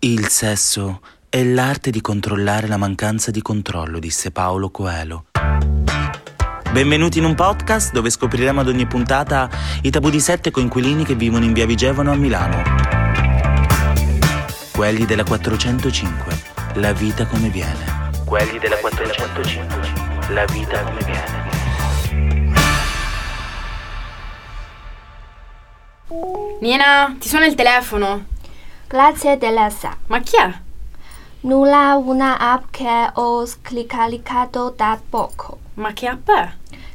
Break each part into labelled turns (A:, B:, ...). A: Il sesso è l'arte di controllare la mancanza di controllo, disse Paolo Coelho. Benvenuti in un podcast dove scopriremo ad ogni puntata i tabù di sette coinquilini che vivono in via Vigevano a Milano. Quelli della 405, la vita come viene. Quelli della 405, la vita come viene.
B: Nina, ti suona il telefono.
C: Grazie della sa.
B: Ma chi è?
C: Nulla una app che ho scaricato da poco.
B: Ma che app è?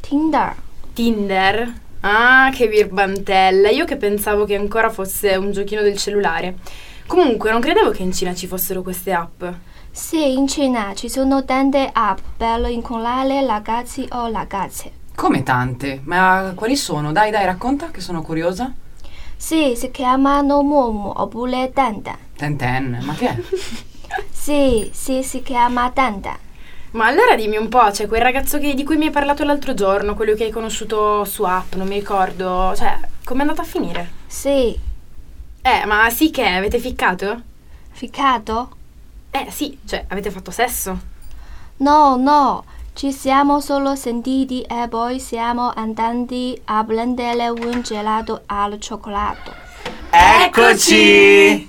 C: Tinder.
B: Tinder? Ah, che birbantella. Io che pensavo che ancora fosse un giochino del cellulare. Comunque, non credevo che in Cina ci fossero queste app.
C: Sì, in Cina ci sono tante app per incontrare ragazzi o ragazze.
D: Come tante, ma quali sono? Dai, dai, racconta che sono curiosa.
C: Sì, si chiamano Momo oppure Dandan.
D: Tenten, ma che è?
C: Sì, sì, si chiama Dandan.
B: Ma allora dimmi un po', c'è quel ragazzo che- di cui mi hai parlato l'altro giorno, quello che hai conosciuto su app, non mi ricordo. Cioè, com'è andata a finire?
C: Sì,
B: Eh, ma sì che è, avete ficcato?
C: ficato?
B: Eh, sì, cioè, avete fatto sesso.
C: No, no, ci siamo solo sentiti e poi siamo andati a prendere un gelato al cioccolato.
A: Eccoci!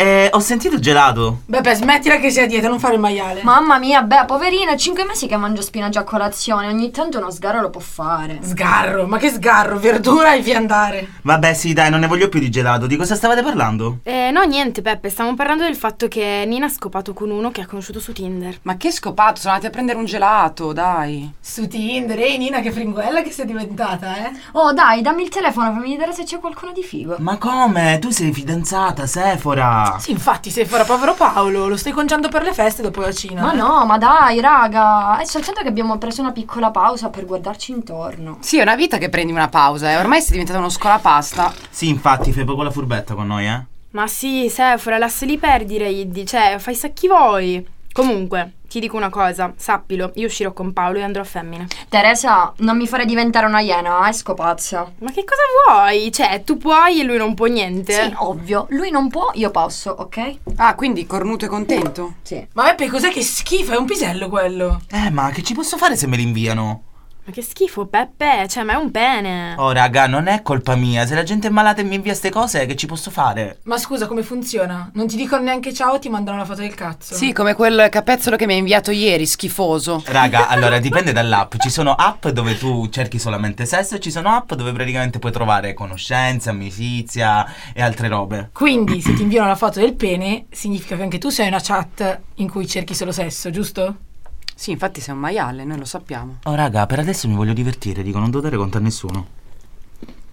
A: Eh, ho sentito il gelato.
E: Beppe, smettila che sia dietro, non fare il maiale.
F: Mamma mia, beh, poverina, 5 mesi che mangio spinaci a colazione, ogni tanto uno sgarro lo può fare.
E: Sgarro, ma che sgarro, verdura e viandare.
A: Vabbè, sì, dai, non ne voglio più di gelato. Di cosa stavate parlando?
B: Eh, no, niente, Peppe, stavamo parlando del fatto che Nina ha scopato con uno che ha conosciuto su Tinder.
D: Ma che scopato, sono andati a prendere un gelato, dai.
E: Su Tinder, ehi Nina, che fringuella che sei diventata, eh?
F: Oh, dai, dammi il telefono, fammi vedere se c'è qualcuno di figo.
A: Ma come? Tu sei fidanzata, Sephora.
E: Sì, infatti, sei fuori, povero Paolo, lo stai congiando per le feste dopo la Cina.
F: Ma no, ma dai, raga, è soltanto che abbiamo preso una piccola pausa per guardarci intorno.
D: Sì, è una vita che prendi una pausa, eh. Ormai sei diventata uno scolapasta.
A: Sì, infatti, fai poco la furbetta con noi, eh.
B: Ma sì, Sephora, lasciali perdere, Iddi, cioè, fai sacchi voi. Comunque, ti dico una cosa, sappilo, io uscirò con Paolo e andrò a femmine.
F: Teresa, non mi fare diventare una iena, eh, scopazza.
B: Ma che cosa vuoi? Cioè, tu puoi e lui non può niente.
F: Sì, ovvio, lui non può, io posso, ok?
D: Ah, quindi cornuto e contento?
F: Sì.
E: Ma Beppe, cos'è che schifo, è un pisello quello.
A: Eh, ma che ci posso fare se me li inviano?
B: Ma che schifo, Peppe, cioè, ma è un pene.
A: Oh, raga, non è colpa mia. Se la gente è malata e mi invia ste cose, che ci posso fare?
E: Ma scusa, come funziona? Non ti dicono neanche ciao, ti mandano la foto del cazzo.
D: Sì, come quel capezzolo che mi hai inviato ieri, schifoso.
A: Raga, allora dipende dall'app. Ci sono app dove tu cerchi solamente sesso e ci sono app dove praticamente puoi trovare conoscenza, amicizia e altre robe.
E: Quindi, se ti inviano la foto del pene, significa che anche tu sei una chat in cui cerchi solo sesso, giusto?
D: Sì, infatti sei un maiale, noi lo sappiamo.
A: Oh, raga, per adesso mi voglio divertire, dico, non devo dare conto a nessuno.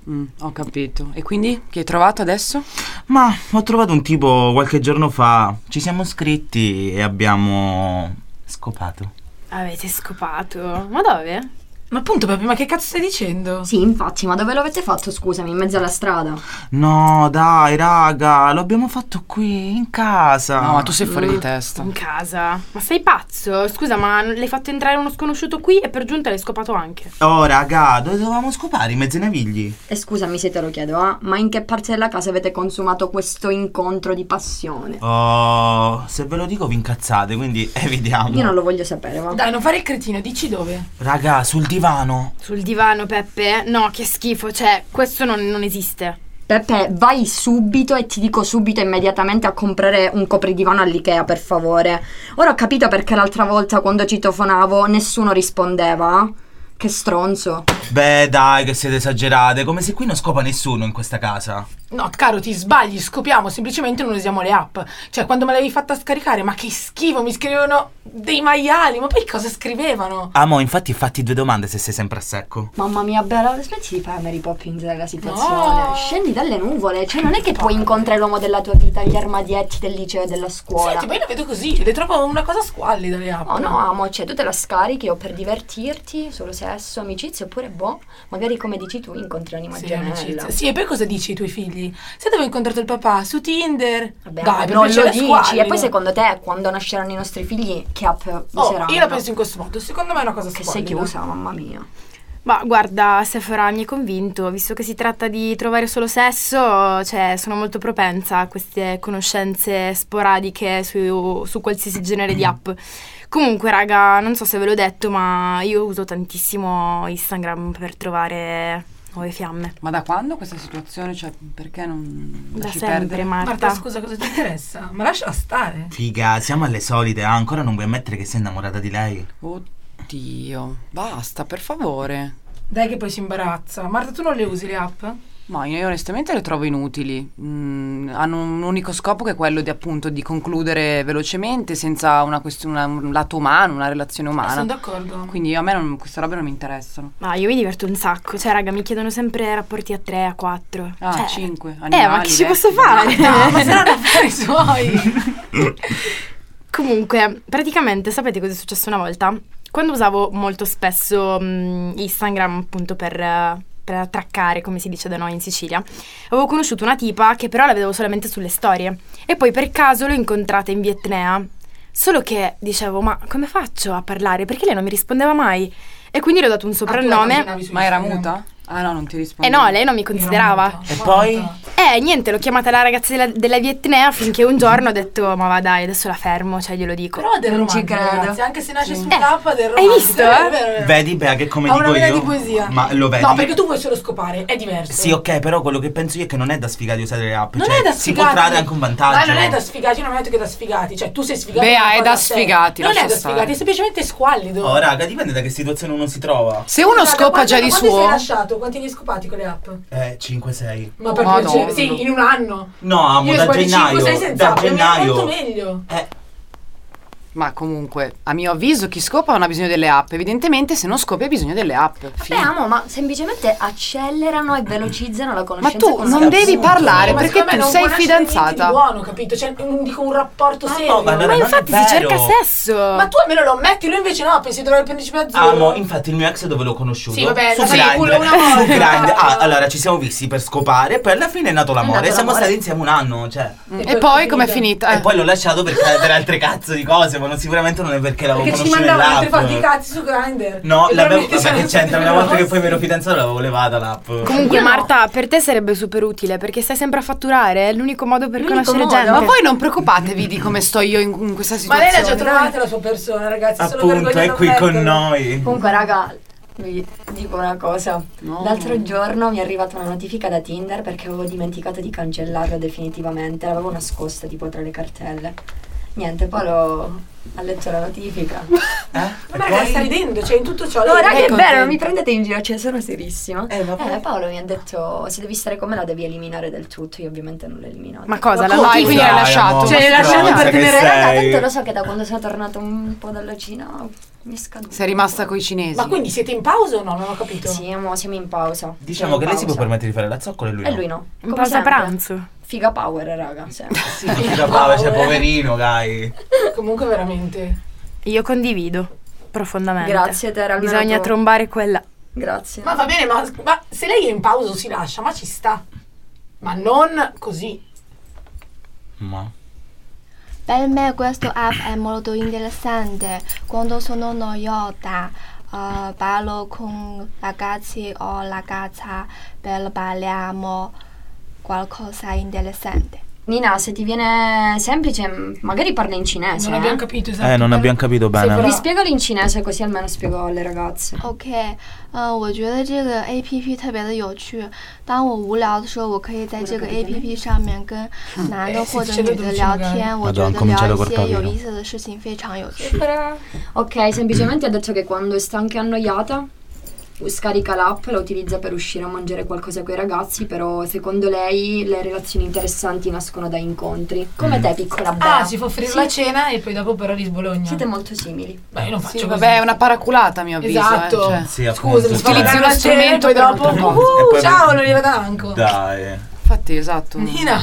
D: Mm, ho capito. E quindi, che hai trovato adesso?
A: Ma ho trovato un tipo qualche giorno fa. Ci siamo scritti e abbiamo scopato.
B: Avete scopato. Ma dove?
E: Ma appunto, Beppe, ma che cazzo stai dicendo?
F: Sì, infatti, ma dove l'avete fatto, scusami, in mezzo alla strada?
A: No, dai, raga, lo abbiamo fatto qui in casa.
D: No, ma tu sei fuori di testa.
B: In casa. Ma sei pazzo? Scusa, ma non- l'hai fatto entrare uno sconosciuto qui e per giunta l'hai scopato anche.
A: Oh, raga, dove dovevamo scopare? In mezzo ai navigli?
F: E scusami se te lo chiedo, ah, ma in che parte della casa avete consumato questo incontro di passione?
A: Oh, se ve lo dico vi incazzate, quindi evitiamo.
F: Io non lo voglio sapere, va.
E: Dai, non fare il cretino, dici dove.
A: Raga, sul divano.
B: Sul divano, Peppe? No, che schifo, cioè, questo non, non esiste.
F: Peppe, vai subito e ti dico subito immediatamente a comprare un copridivano all'IKEA, per favore. Ora ho capito perché l'altra volta quando citofonavo nessuno rispondeva. ah? Che stronzo.
A: Beh, dai, che siete esagerate. Come se qui non scopa nessuno in questa casa.
E: No, caro, ti sbagli, scopiamo, semplicemente non usiamo le app. Cioè, quando me l'avevi fatta scaricare, ma che schifo, mi scrivevano dei maiali, ma poi cosa scrivevano?
A: Amo, Ah, infatti, fatti due domande se sei sempre a secco.
F: Mamma mia, bella, smetti di fare Mary Poppins della situazione.
E: No.
F: Scendi dalle nuvole, cioè non è che puoi incontrare l'uomo della tua vita, gli armadietti del liceo e della scuola.
E: Senti, ma io le vedo così, le trovo una cosa squallida le app.
F: Oh no, amo, cioè tu te la scarichi o per divertirti, solo sesso, amicizia, oppure boh, magari come dici tu incontri anima
E: Sì,
F: gemella.
E: amicizia. Sì, e poi cosa dici ai tuoi figli? Se dove ho incontrato il papà? Su Tinder?
F: Vabbè,
E: Dai, per
F: non
E: piacere,
F: lo dici.
E: squallido.
F: E poi secondo te quando nasceranno i nostri figli che app
E: Oh,
F: useranno?
E: io la penso in questo modo, secondo me è una cosa
F: Che
E: squallida.
F: sei chiusa, mamma mia.
B: Ma guarda, Sephora mi è convinto, visto che si tratta di trovare solo sesso, cioè sono molto propensa a queste conoscenze sporadiche su, su qualsiasi genere di app. Comunque, raga, non so se ve l'ho detto, ma io uso tantissimo Instagram per trovare nuove fiamme.
D: Ma da quando questa situazione? Cioè, perché non
B: Da
D: lasci
B: sempre,
D: perdere?
B: Marta.
E: Marta, scusa, cosa ti interessa? Ma lasciala stare.
A: Figa, siamo alle solite, ah, ancora non vuoi ammettere che sei innamorata di lei?
D: Oddio, basta, per favore.
E: Dai che poi si imbarazza. Marta, tu non le usi le app?
D: Ma io onestamente le trovo inutili. Mm, hanno un unico scopo che è quello di appunto di concludere velocemente senza una questione, una- un lato umano, una relazione
E: Eh, Sono
D: umana.
E: d'accordo.
D: Quindi a me non- queste robe non mi interessano.
B: Ma io mi diverto un sacco, cioè, raga, mi chiedono sempre rapporti a 3, a 4.
D: Ah,
B: cioè,
D: 5
B: Eh, ma che ci posso fare?
E: No, ma saranno affari suoi.
B: Comunque, praticamente sapete cosa è successo una volta? Quando usavo molto spesso mh, Instagram appunto per, eh, per traccare, come si dice da noi in Sicilia, avevo conosciuto una tipa che però la vedevo solamente sulle storie e poi per caso l'ho incontrata in Vietnam. Solo che dicevo, ma come faccio a parlare? Perché lei non mi rispondeva mai. E quindi le ho dato un
E: Ah,
B: soprannome.
D: Ma era muta? Ah no, non ti
B: E
D: rispondo.
B: Eh no, lei non mi considerava.
A: E poi?
B: Eh, niente, l'ho chiamata la ragazza della, della Vietnam finché un giorno ho detto, ma va dai, adesso la fermo, cioè glielo dico.
E: Però è del
F: Non ci
E: romantico,
F: credo.
E: ragazzi, anche se nasce
D: Sì.
E: su
B: Eh,
E: un'app del
B: hai
E: romantico.
B: visto,
E: è vero,
B: eh?
E: è vero, è vero.
A: Vedi Bea che come
E: Ha una
A: dico
E: vena
A: io
E: di poesia.
A: Ma lo vedi
E: No, perché tu vuoi solo scopare, è diverso.
A: Sì ok però quello che penso io è che non è da sfigati usare le app
E: Eh. Non
A: cioè,
E: è da sfigati.
A: Si può trarre anche un vantaggio
E: Ma non è da sfigati, io non ho detto che è da sfigati. Cioè, tu sei sfigato.
D: Bea,
E: una
D: è
E: cosa
D: da
E: a sé.
D: sfigati,
E: Non è
D: lascia
E: da
D: stare.
E: sfigati, è semplicemente squallido.
A: Oh raga dipende da che situazione uno si trova
D: Se uno
E: Guarda,
D: scopa
E: quanti-
D: già di
E: Quanti sei
D: suo.
E: lasciato? Quanti ne hai scopati con le app?
A: Eh 5-6
E: Ma per
D: Madonna.
E: piacere, sì, in un anno.
A: No amo
E: Io
A: da
E: squali 5 6
A: gennaio
E: senza
A: Da
E: app, è molto
A: gennaio
E: meglio.
A: Eh
D: Ma comunque, a mio avviso, chi scopa non ha bisogno delle app. Evidentemente, se non scopi ha bisogno delle app. Fine.
F: Speriamo, ma semplicemente accelerano e velocizzano la
D: Ma
F: conoscenza.
D: tu
F: con
D: non
F: la-
D: devi
A: appunto.
D: parlare
A: Ma
D: perché
E: secondo me
D: tu
E: non
D: sei
E: può nascere niente di
D: fidanzata.
E: buono, capito? Cioè, un, dico un rapporto serio.
A: ma allora
B: Ma
A: non è
B: infatti si
A: vero.
B: cerca sesso.
E: Ma tu almeno lo ammetti, lui invece no, pensi di dover prenderci per azzurro.
A: Amo, infatti il mio ex dove l'ho conosciuto?
E: Sì, vabbè,
A: su
E: la fai
A: Grindr.
E: culo una volta.
A: Su Grindr. Ah, allora ci siamo visti per scopare e poi alla fine è nato l'amore.
F: nato
A: siamo
F: l'amore.
A: stati insieme un anno, cioè.
D: E poi com'è
E: Eh.
D: finita?
A: E poi l'ho lasciato per, per altre cazzo di cose, ma non- sicuramente non è perché l'avevo
E: Perché ci
A: conosciuto
E: mandavano altre
A: nell'app.
E: foto di cazzi su Grindr.
A: No, l'avevo.
E: E veramente
A: Vabbè,
E: sono
A: che c'entra? Una
E: stati
A: volta che poi
E: grossi.
A: mi ero fidanzato l'avevo levata l'app.
B: Comunque
F: Io no.
B: Marta, per te sarebbe super utile perché stai sempre a fatturare, è l'unico modo per
F: L'unico
B: conoscere
F: modo,
B: gente.
D: Eh, Ma voi non preoccupatevi di come sto io in, in questa
E: Ma
D: situazione.
E: lei l'ha già trovata la sua persona, ragazzi. sono
A: Appunto,
E: vergogna
A: è
E: da
A: qui con
E: ammetterlo.
A: noi. Eh?
F: Comunque, raga, vi dico una cosa.
D: No.
F: L'altro giorno mi è arrivata una notifica da Tinder perché avevo dimenticato di cancellarla definitivamente. L'avevo nascosta tipo tra le cartelle. Niente, poi l'ho- ho letto la notifica.
A: Eh?
E: Ma raga, sta ridendo, cioè in tutto ciò.
F: No,
E: lei-
F: raga, è
E: lei
F: vero,
E: contenta.
F: non mi prendete in giro, cioè sono serissima.
A: Eh, vabbè.
F: Eh, Paolo mi ha detto, se devi stare con me la devi eliminare del tutto. Io ovviamente non l'ho eliminata.
B: Ma cosa?
E: Ma
B: la
E: come?
B: notifica?
D: Vai, quindi l'hai
A: Dai,
D: lasciato.
A: amore,
E: Cioè, l'hai
A: stronza
E: lasciato per
A: che
E: tenere-
F: Raga,
A: sei.
F: tanto lo so che da quando sono tornata un po' dalla Cina mi è scaduto.
D: Sei rimasta coi cinesi.
E: Ma quindi siete in pausa o no? Non ho capito.
F: Sì, mo siamo in pausa. Siamo
A: Diciamo
F: in
A: che lei si può
F: pausa.
A: permettere di fare la zoccola e lui no.
F: E lui no.
B: In
F: Come
B: pausa
F: sempre.
B: pranzo.
F: Figa power, raga. sempre.
A: Sì, brava, cioè, poverino, dai.
E: Comunque veramente.
B: Io condivido profondamente.
F: Grazie, Tera, almeno
B: Bisogna
F: tu.
B: trombare quella.
F: Grazie.
E: Ma va bene, ma, ma se lei è in pausa o si lascia, ma ci sta. Ma non così.
A: Ma.
C: Per me questo app è molto interessante. Quando sono noiata, eh, parlo con ragazzi o ragazza per parliamo qualcosa di interessante.
F: Nina, se ti viene semplice, m- magari parla in cinese.
E: Non
F: eh.
E: abbiamo capito esatto.
A: capito
E: bene. però-
F: Vi spiego in cinese così almeno spiego alle ragazze.
C: OK，嗯、我觉得这个 A P P 特别的有趣。当我无聊的时候，我可以在这个 A P P 上面跟男的
E: 哎
C: 或者
E: 这个
C: 女
E: 东
C: 的
E: 西
C: 聊
E: 应该
C: 天，啊我
A: 那
C: 觉
A: 咱
C: 得
A: 们
C: 聊
A: 这
C: 一
A: 个搞
C: 些
A: 定
C: 有
A: 了
C: 意思的事情非常有趣。
F: Ok, semplicemente ha detto che quando è stanca e annoiata scarica l'app e la utilizza per uscire a mangiare qualcosa con i ragazzi, però secondo lei le relazioni interessanti nascono da incontri. Come te, piccola Bea.
E: Ah, si fa offrire la cena e poi dopo però di Sbologna.
F: Siete molto simili.
E: Beh, io non faccio
D: Sì,
E: così.
D: Cioè, vabbè, è una paraculata a mio avviso.
E: Esatto.
D: eh, cioè.
A: Sì, appunto.
E: Scusa, mi
A: Utilizzi
E: utilizzo
D: uno
E: uno
D: strumento
E: strumento e
D: per
E: dopo.
D: un'altra
A: cosa. E
E: Uh,
A: poi-
E: ciao, Lolita Danco.
A: Dai.
D: Infatti, esatto.
E: Nina.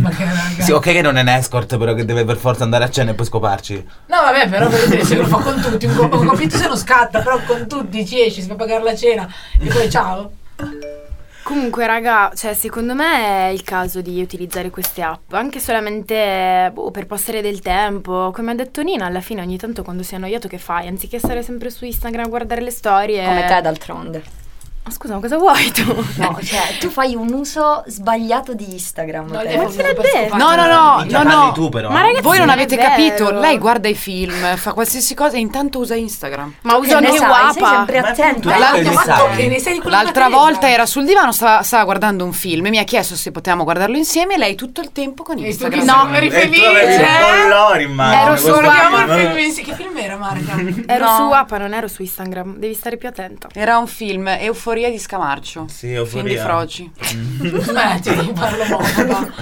E: Ma che raga.
A: Sì, ok che non è un escort, però che deve per forza andare a cena e poi scoparci.
E: No, vabbè, però per dire, se lo fa con tutti, un, co- un conflitto se non scatta, però con tutti ci esci, si fa pagare la cena e poi ciao.
B: Comunque, raga, cioè, secondo me è il caso di utilizzare queste app, anche solamente boh, per passare del tempo. Come ha detto Nina, alla fine ogni tanto quando sei annoiato che fai? Anziché stare sempre su Instagram a guardare le storie...
F: Come te d'altronde.
B: Ma scusa, ma cosa vuoi tu?
F: eh, No, cioè, tu fai un uso sbagliato di Instagram.
E: No,
F: te.
E: le-
B: Ma ce l'hai detto?
D: No, no, no,
A: Minchia,
D: no,
A: parli
D: no.
A: tu però.
B: Ma ragazzi-
D: Voi non
B: Sì,
D: avete
B: è vero.
D: capito, lei guarda i film, fa qualsiasi cosa e intanto usa Instagram.
B: Ma
F: Che
B: uso
F: ne
B: anche
F: sai, Sei
B: WhatsApp.
F: sempre
A: Ma appunto,
F: attento. eh.
A: la-
E: L'altro
A: Come
E: fatto
A: sai?
E: che ne sei di quella
D: L'altra
E: materia.
D: volta era sul divano, stava, stava guardando un film e mi ha chiesto se potevamo guardarlo insieme e lei tutto il tempo con
E: E
D: Instagram.
E: tu chi
D: No,
E: sei? eri
A: E tu
E: felice?
A: avessi un collore in mano,
B: Ero
A: questo
B: solo-
A: qua,
E: Guardiamo il
A: no?
E: film insieme. Che film era, Marga?
B: Ero
D: No.
B: su WhatsApp, non ero su Instagram. Devi stare più attenta.
D: Era un film, Euforia di Scamarcio.
A: Sì, Euforia.
D: Film di Froci.
E: Eh, ti parlo modo.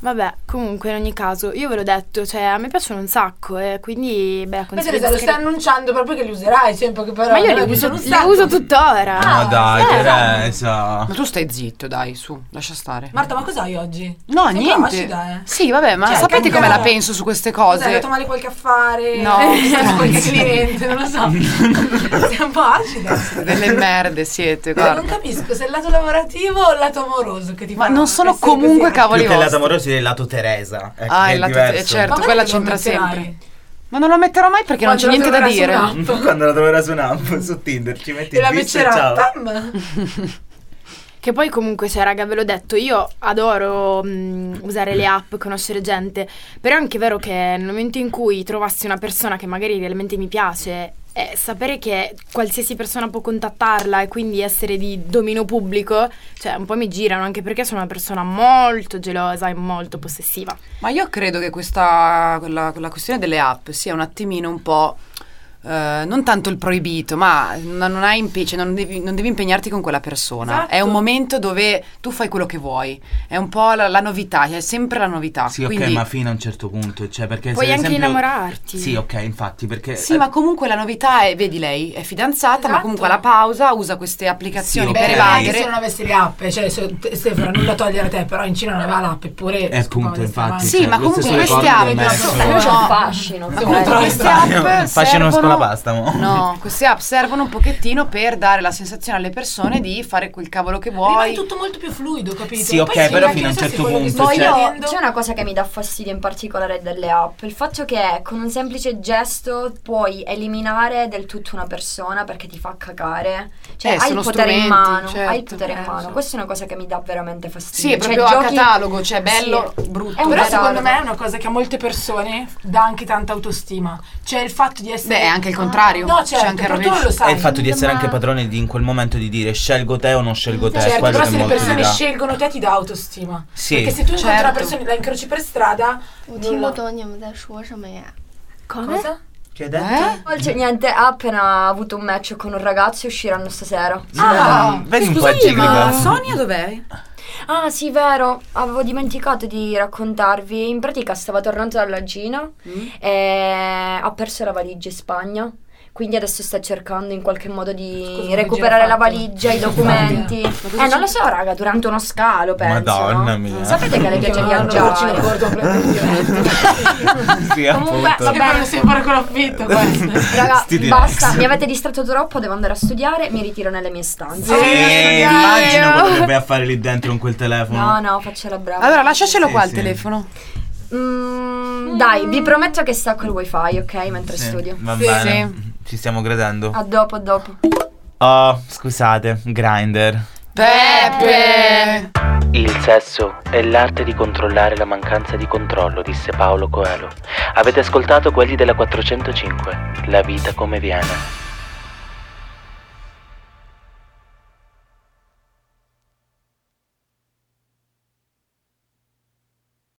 B: Vabbè, comunque, in ogni caso, io ve l'ho detto, cioè, a me piacciono un sacco e quindi, beh,
E: Ma
B: consiglio di
E: Teresa, lo stai
B: scaricare-
E: annunciando proprio che li userai, cioè, in poche
B: Ma
E: parole.
B: io
E: Noi
B: li uso,
E: abbiamo
B: li
E: usato.
B: uso tuttora. esatto.
E: Ah,
A: No, dai,
E: eh.
A: Teresa.
D: Ma tu stai zitto, dai, su, lascia stare.
E: Marta, ma cos'hai oggi?
D: No,
E: Sei
D: niente.
E: placida, eh?
D: Sì, vabbè, ma
E: Cioè,
D: sapete come la
E: cambiare.
D: penso su queste
E: Cos'è? Hai
D: cose?
E: dato male qualche affare?
D: No.
E: Hai dato qualche cliente, non lo so. Sei un po' acida.
D: Delle merde siete,
E: Cioè, non
D: guarda.
E: capisco se è il lato lavorativo o il lato amoroso che ti
D: Ma
E: fa
D: non sono
E: essere così.
D: comunque cavoli
A: Più che il lato
D: vostri.
A: amoroso è il lato Teresa. Ecco,
D: Ah,
A: che è
D: il lato-
A: diverso.
D: certo.
E: quando
D: Quella
E: te cioè, lo
D: c'entra
E: metterai?
D: sempre. Ma non lo metterò mai perché non c'è niente da
E: Quando la
D: dire.
E: troverai su un'app.
A: Quando la troverai su un'app, su Tinder, ci metti
E: Te
A: il
E: la
A: bici e
E: metterà.
A: ciao.
E: Pam.
B: Che poi comunque, cioè, raga, ve l'ho detto, io adoro mh, usare le app, conoscere gente, però è anche vero che nel momento in cui trovassi una persona che magari realmente mi piace, eh, sapere che qualsiasi persona può contattarla e quindi essere di dominio pubblico, cioè un po' mi girano, anche perché sono una persona molto gelosa e molto possessiva.
D: Ma io credo che questa quella, quella questione delle app sia un attimino un po'. eh, non tanto il proibito, ma n- non, hai impe- cioè, non, devi, non devi impegnarti con quella persona.
E: Esatto.
D: È un momento dove tu fai quello che vuoi. È un po' la, la novità, è sempre la novità.
A: Sì, ok,
D: Quindi-
A: ma fino a un certo punto, cioè perché
B: Puoi
A: se ad
B: anche
A: esempio-
B: innamorarti.
A: Sì, ok, infatti, perché
D: Sì, ma comunque la novità è, vedi, lei è fidanzata, ma
E: Esatto.
D: comunque alla pausa usa queste applicazioni
A: Sì,
D: per
A: ok.
E: Beh, anche se
D: evadere.
E: non avessi le app, cioè se, te- Stefano, nulla togliere a te, però in Cina non aveva l'app, eppure.
A: Eh, appunto,
E: scopava di stare
A: infatti.
E: avanti.
D: Sì,
A: cioè,
D: ma
A: lo stesso
D: comunque queste
A: ricordo
D: app.
A: del messo.
F: Però c'è
D: No.
F: il fascino.
E: Ma
F: cioè.
E: come trovi-
D: queste app
A: Facciano
D: servono-
A: scuola pasta, mo.
D: No, queste app servono un pochettino per dare la sensazione alle persone di fare quel cavolo che
E: Rimane
D: vuoi.
E: tutto molto più fluido, capito?
A: Sì, ok,
E: sembra
A: però
E: che
A: fino a un
E: non so se
A: certo
E: quello che
A: punto,
E: stai
F: Poi
A: cioè-
F: io,
E: vedendo-
F: c'è una cosa che mi dà fastidio in particolare delle app, il fatto che con un semplice gesto puoi eliminare del tutto una persona perché ti fa cagare, cioè
D: Eh,
F: hai
D: sono
F: il potere in
D: strumenti,
F: mano,
D: certo.
F: hai il potere in
D: Eh,
F: mano,
D: so.
F: questa è una cosa che mi dà veramente fastidio.
D: Sì, è
F: Cioè,
D: proprio a
F: giochi-
D: catalogo, cioè bello, brutto.
F: È un
E: Però
F: catalogo.
E: secondo me è una cosa che a molte persone dà anche tanta autostima. Cioè il fatto di essere.
D: Beh, è anche il contrario.
E: No,
D: c'è
E: certo,
D: anche il
E: però tu non
D: rovescio.
E: lo sai.
A: È il fatto di essere
B: ma-
A: anche padrone di, in quel momento di dire scelgo te o non scelgo te.
E: Certo,
A: quello
E: però
A: che
E: se le
A: molti
E: persone
A: dirà.
E: scelgono te ti dà autostima.
A: Sì.
E: Perché se tu incontri
D: Certo.
E: una persona e la incroci per strada,
C: 我
E: non
C: 听不
E: la-
C: 懂你们在说什么呀。
E: Cosa?
A: Che hai detto?
D: Eh?
F: Oltre Cioè, niente, ha appena avuto un match con un ragazzo e usciranno stasera.
A: Ah, vedi un po' a
D: Scusi, ma
A: Giglica.
D: Sonia dov'è?
F: Ah, sì, vero, avevo dimenticato di raccontarvi. In pratica stava tornando dalla Gina e ha perso la valigia in Spagna. Quindi adesso sta cercando in qualche modo di
E: Scusa,
F: recuperare la
E: che giro ha fatto?
F: valigia, i documenti.
D: cosa
F: Eh, non lo so, raga, durante uno scalo, penso.
A: Madonna
F: no?
A: mia.
F: Sapete che le piace
E: Lo
F: viaggiare.
E: gordo completamente.
A: Sì,
F: Comunque,
A: appunto.
E: Sì, però non sembra con l'affitto questo.
F: Raga,
A: Sti direi.
F: basta, mi avete distratto troppo, devo andare a studiare, mi ritiro nelle mie stanze.
A: Sì, immagino quello che vai a fare lì dentro con quel telefono.
F: No, no, faccio la brava.
D: Allora, lasciacelo
A: Sì,
D: qua il
A: sì.
D: telefono.
F: Mm, dai, vi prometto che stacco il wifi, ok? Mentre
A: Sì,
F: studio.
A: Va
D: Sì.
A: bene. Ci stiamo credendo.
F: A dopo, a dopo.
A: Oh, scusate, Grinder.
D: Peppe!
A: Il sesso è l'arte di controllare la mancanza di controllo, disse Paolo Coelho. Avete ascoltato quelli della 405, La vita come viene.